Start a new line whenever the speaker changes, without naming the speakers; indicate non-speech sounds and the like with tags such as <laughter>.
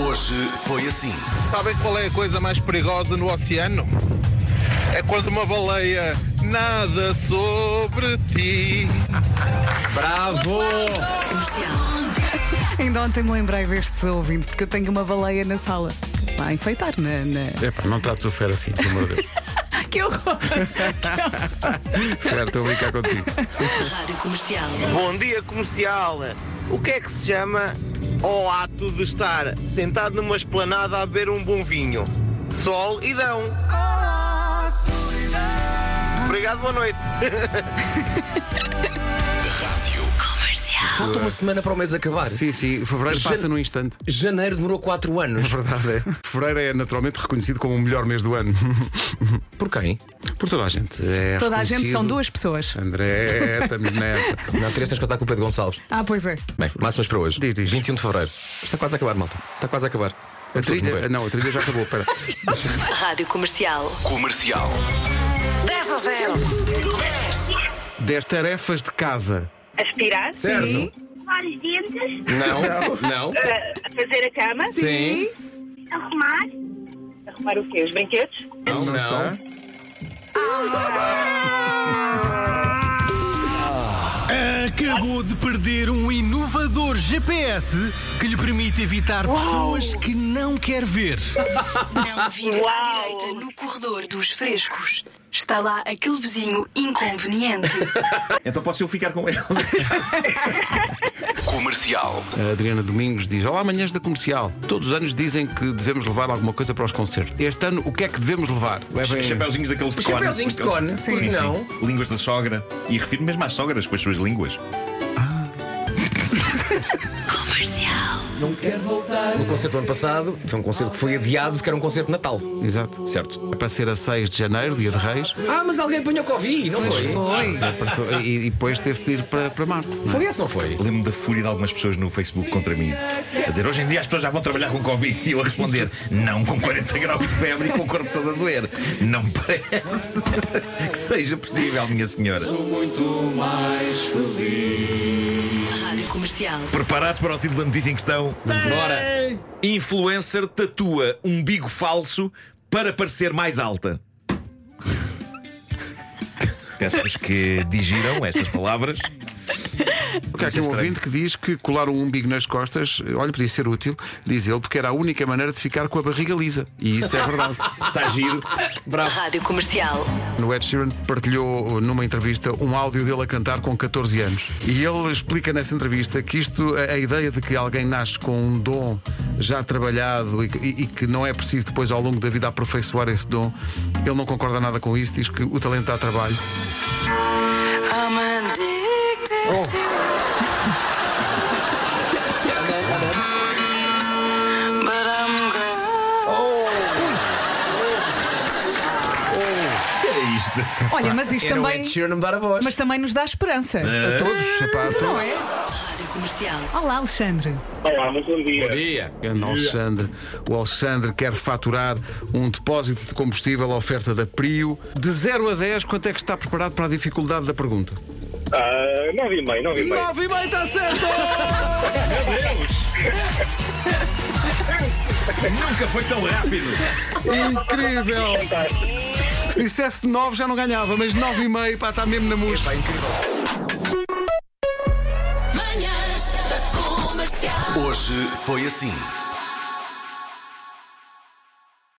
Hoje foi assim.
Sabem qual é a coisa mais perigosa no oceano? É quando uma baleia nada sobre ti.
Bravo!
Ainda ontem me lembrei deste ouvinte, porque eu tenho uma baleia na sala. A enfeitar na.
É
na-
Epá, não trates o Fer assim, pelo amor de <laughs> Deus.
Que horror!
Fer, estou a brincar contigo.
Rádio Comercial.
Bom dia comercial. O que é que se chama ao ato de estar sentado numa esplanada a beber um bom vinho? Sol e dão. Obrigado, boa noite.
Falta uma semana para o mês acabar.
Sim, sim, fevereiro
Jan-
passa num instante.
Janeiro demorou 4 anos.
Verdade <laughs> é. Fevereiro é naturalmente reconhecido como o melhor mês do ano. <laughs>
Por quem?
Por toda a gente. É
Toda a gente são
reconhecido.
duas pessoas.
André, <laughs> estamos nessa.
Não, Teresa, tens que contar com o Pedro Gonçalves.
Ah, pois é.
Bem, máximas para hoje.
Diz, diz.
21 de fevereiro. Está quase a acabar, malta. Está quase a acabar.
A
Vamos todos
trilha,
morrer.
não, a trilha já acabou,
<laughs>
espera.
Rádio Comercial.
Comercial.
10 a 0.
10 tarefas de casa.
Aspirar,
Sim.
Certo?
lavar os dentes,
Não, não.
eh, fazer a cama,
Sim.
arrumar. Arrumar o quê? Os brinquedos?
Não, não.
está?
Acabou de perder um inovador GPS que lhe permite evitar pessoas que não quer ver.
Não vira É um à
Uau.
direita no corredor dos frescos. Está lá aquele vizinho inconveniente.
Então posso eu ficar com ela?
Comercial.
A Adriana Domingos diz: Olá, manhãs da comercial. Todos os anos dizem que devemos levar alguma coisa para os concertos. Este ano, o que é que devemos levar?
Os chapeuzinhos daqueles de cone.
chapeuzinhos de cone, por que não?
Línguas da sogra. E refiro-me mesmo às sogras com as suas línguas.
Comercial.
O concerto do ano passado foi um concerto que foi adiado porque era um concerto de Natal.
Exato.
Certo.
É para ser a 6 de janeiro, dia de Reis.
Ah, mas alguém apanhou Covid, não foi?
Foi.
Apareceu- E, e depois teve de ir para, para março. não é?
Foi esse, não foi?
Lembro-me da fúria de algumas pessoas no Facebook contra mim. A dizer, hoje em dia as pessoas já vão trabalhar com Covid. E eu a responder, não com 40 graus de febre e com o corpo todo a doer. Não me parece <laughs> que seja possível, minha senhora.
Rádio Comercial.
Preparados para o título da notícia em questão? Bora! Influencer tatua umbigo falso para parecer mais alta. Peço-vos que digiram estas palavras.
Porque há aqui um ouvinte que diz que colar um umbigo nas costas, olha, podia ser útil, diz ele, porque era a única maneira de ficar com a barriga lisa. E isso é verdade.
Está giro.
Rádio Comercial.
No Ed Sheeran partilhou numa entrevista um áudio dele a cantar com 14 anos. E ele explica nessa entrevista que isto, a, a ideia de que alguém nasce com um dom já trabalhado e, que- e- e que não é preciso depois ao longo da vida aperfeiçoar esse dom, ele não concorda nada com isso, diz que o talento dá trabalho.
É isto.
Olha, mas isto
Era o
também.
Ed Sheeran É. a mudar a voz.
Mas também nos dá esperança.
A todos, epá, a
Não
todos.
é?
Rádio Comercial.
Olá, Alexandre.
Olá, muito bom dia.
Dia.
Grande Alexandre. O Alexandre quer faturar um depósito de combustível à oferta da Prio. De 0 a 10, quanto é que está preparado para a dificuldade da pergunta?
Ah, nove e meio, nove e meio.
9 e meio está certo!
Nunca foi tão rápido.
Incrível! Se dissesse 9 já não ganhava, mas 9 e meio, pá, está mesmo na música.
Manhãs da Comercial.
Hoje foi assim.